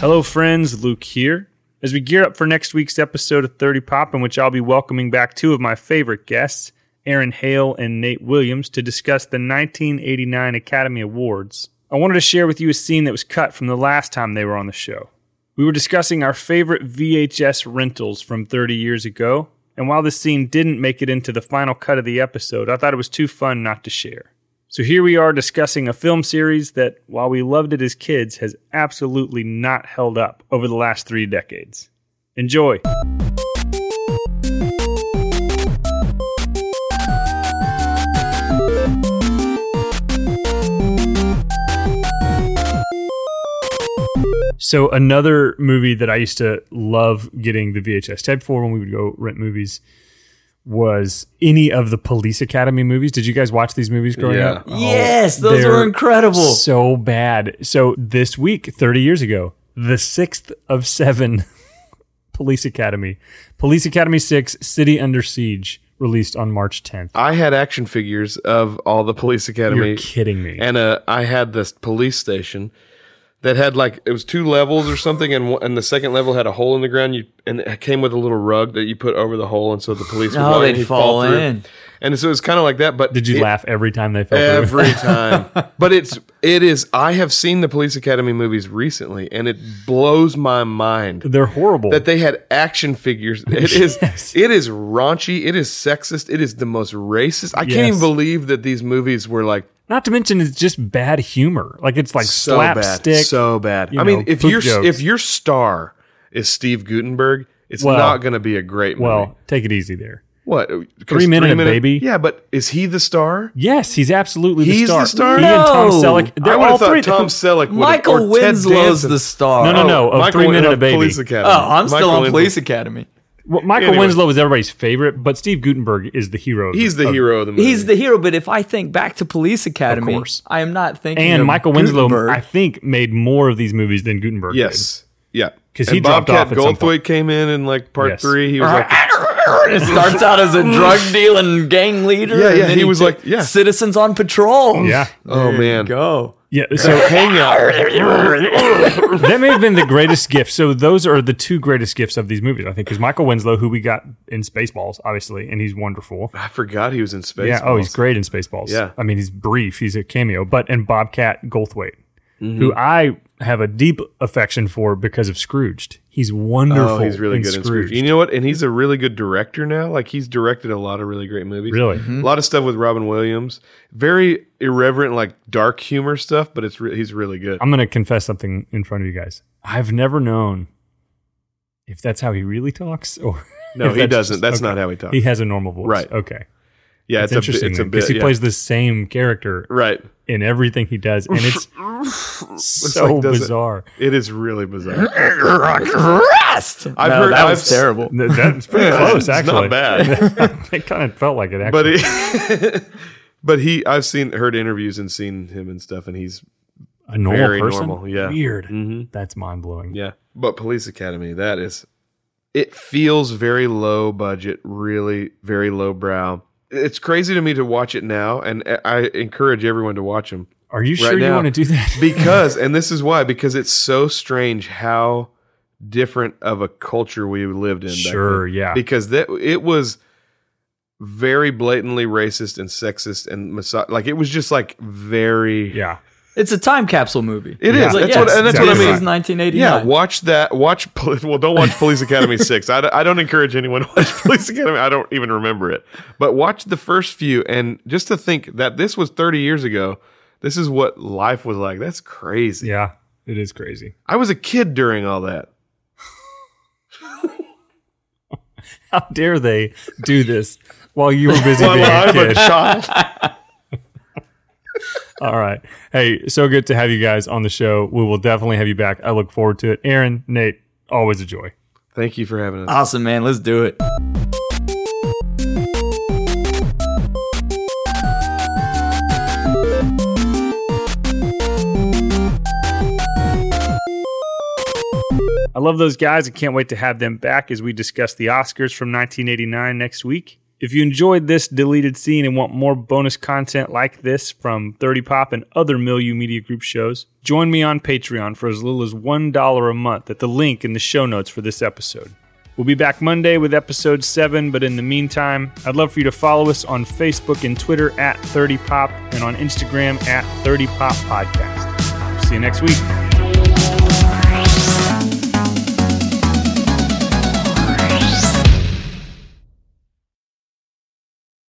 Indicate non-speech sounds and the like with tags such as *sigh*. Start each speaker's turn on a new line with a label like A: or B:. A: Hello, friends. Luke here. As we gear up for next week's episode of 30 Pop, in which I'll be welcoming back two of my favorite guests, Aaron Hale and Nate Williams, to discuss the 1989 Academy Awards, I wanted to share with you a scene that was cut from the last time they were on the show. We were discussing our favorite VHS rentals from 30 years ago, and while this scene didn't make it into the final cut of the episode, I thought it was too fun not to share. So here we are discussing a film series that, while we loved it as kids, has absolutely not held up over the last three decades. Enjoy! So another movie that I used to love getting the VHS tape for when we would go rent movies was any of the Police Academy movies. Did you guys watch these movies growing
B: Yeah.
A: up?
C: Yes,
B: Oh,
C: those
A: they're
C: were incredible.
A: So bad. So this week, 30 years ago, the sixth of seven *laughs* Police Academy, Police Academy 6, City Under Siege, released on March 10th.
B: I had action figures of all the police academy,
A: You're kidding me.
B: and uh, I had this police station that had like it was two levels or something, and one- and the second level had a hole in the ground. You and it came with a little rug that you put over the hole, and so the police would
C: oh,
B: walk in,
C: they'd
B: he'd
C: fall
B: through.
C: in.
B: And so it was kind of like that. But
A: Did you
B: it-
A: laugh every time they fell through?
B: every time? but it's it is. I have seen the police academy movies recently, and it blows my mind
A: *laughs* They're horrible.
B: that they had
A: *laughs*
B: action figures. It is
A: Yes.
B: it is raunchy. It is sexist. It is the most racist. I
A: Yes.
B: can't even believe that these movies were like
A: Not to mention, it's just bad humor. Like it's like
B: so
A: slapstick.
B: bad, so bad.
A: you
B: I
A: know,
B: mean, if
A: poop
B: your
A: jokes.
B: if your star is Steve Gutenberg, it's
A: Well-
B: not going to be a great movie.
A: well, take it easy there.
B: what 'cause
A: Three Men and a Baby?
B: Yeah, but is he the star?
A: Yes, he's absolutely the
B: He's
A: star.
B: the star?
A: He and Tom
C: No!
A: Selleck. They're
B: I would
A: all
B: have thought
A: three. *laughs*
B: Tom Selleck, would
C: Michael
B: or Ted
C: Winslow's
B: Danson.
C: the star.
A: No, no,
B: Oh,
A: no. of
B: Michael
A: Three
B: Win-
A: Men and
B: of
A: a Baby.
B: Police Academy.
C: Oh, I'm still
B: Michael
C: on
B: Win-
C: Police Academy.
A: Well, Michael
B: Anyway.
A: Winslow is everybody's favorite, but Steve Gutenberg is the hero.
B: He's the
A: of-
B: hero of the movie.
C: He's the hero, but if I think back to Police Academy,
A: course.
C: I am not thinking
A: And
C: of
A: Michael Winslow,
C: Gutenberg.
A: I think, made more of these movies than Gutenberg.
B: yes, yeah.
A: 'Cause
B: And
A: he dropped off at
B: Bobcat
A: some
B: Goldthwait came in in like part
A: Yes.
B: three. He was like,
C: *laughs* it starts
B: *laughs*
C: out as a drug dealing gang leader.
B: Yeah,
C: and
B: yeah,
C: then
B: he was
C: took
B: like- yeah.
C: citizens on patrol.
A: did. Yeah.
B: oh man,
C: go.
A: Yeah. So
B: hang out.
A: *laughs* that may have been the greatest gift. So those are the two greatest gifts of these movies, I think, because Michael Winslow, who we got in Spaceballs, obviously, and he's wonderful.
B: I forgot he was in space.
A: Yeah. Oh, he's great in Spaceballs.
B: Yeah.
A: I mean, he's brief. He's a cameo. But and Bobcat Goldthwait,
B: Mm-hmm.
A: who I have a deep affection for because of Scrooged. He's wonderful.
B: Oh, he's really
A: in
B: good in
A: Scrooged.
B: Scrooge. You know what? And he's a really good director now. Like he's directed a lot of really great movies.
A: Really?
B: a lot of stuff with Robin Williams. Very irreverent, like dark humor stuff. But it's re- he's really good.
A: I'm going to confess something in front of you guys. I've never known if that's how he really talks or
B: *laughs* no,
A: if
B: he
A: that's
B: doesn't.
A: just-
B: that's
A: okay.
B: not how he talks.
A: He has a normal voice.
B: Right.
A: Okay.
B: yeah,
A: That's
B: it's, a
A: interesting
B: bit. It's a
A: because
B: bit.
A: he
B: yeah.
A: plays the same character
B: right.
A: in everything he does and
B: *laughs*
A: it's so
B: like, does it-
A: bizarre.
B: It is really bizarre.
C: Rest.
B: I've
C: No,
B: heard-
C: that
B: I've
C: was
B: s-
C: terrible.
A: Th- That's
B: *laughs*
A: pretty *laughs* close *laughs*
B: it's
A: actually.
B: not bad.
A: it kind of felt like it
B: but
A: actually.
B: he, *laughs* but he, I've seen heard interviews and seen him and stuff, and he's
A: a normal
B: very
A: person.
B: normal, yeah. Mm.
A: Weird. That's mind-blowing.
B: yeah. But Police Academy, that is, it feels very low budget, really very low brow. It's crazy to me to watch it now, and I- I encourage everyone to watch them
A: Are you sure
B: Right
A: you
B: now-
A: want to do that?
B: because, and this is why, because it's so strange how different of a culture we lived in. back
A: *laughs*
B: then. *laughs*
A: sure, yeah.
B: because that it was very blatantly racist and sexist and miso- like it was just like very
A: yeah.
C: It's a time capsule movie.
B: It is.
A: Yeah.
C: It's like,
B: That's
C: yes,
B: what. And that's
A: exactly
B: what I
C: This
B: mean.
C: is 1989.
B: Yeah, watch that. Watch. *laughs* Poli- Well, don't watch Police *laughs* Academy six. I, don't- I don't encourage anyone to watch *laughs* Police Academy. I don't even remember it. But watch the first few, and just to think that this was thirty years ago. This is what life was like. That's crazy.
A: Yeah. It is crazy.
B: I was a kid during all that.
A: How dare they do this while you were
B: *laughs*
A: busy being
B: Well,
A: a
B: I'm a
A: kid?
B: child.
A: All right. Hey, so good to have you guys on the show. We will definitely have you back. I look forward to it. Aaron, Nate, always a joy.
B: Thank you for having us.
C: Awesome, man. Let's do it.
A: I love those guys and can't wait to have them back as we discuss the Oscars from 1989 next week. If you enjoyed this deleted scene and want more bonus content like this from 30 Pop and other Milieu Media Group shows, join me on Patreon for as little as $1 a month at the link in the show notes for this episode. We'll be back Monday with episode 7, but in the meantime, I'd love for you to follow us on Facebook and Twitter at 30 Pop and on Instagram at 30 Pop Podcast. See you next week.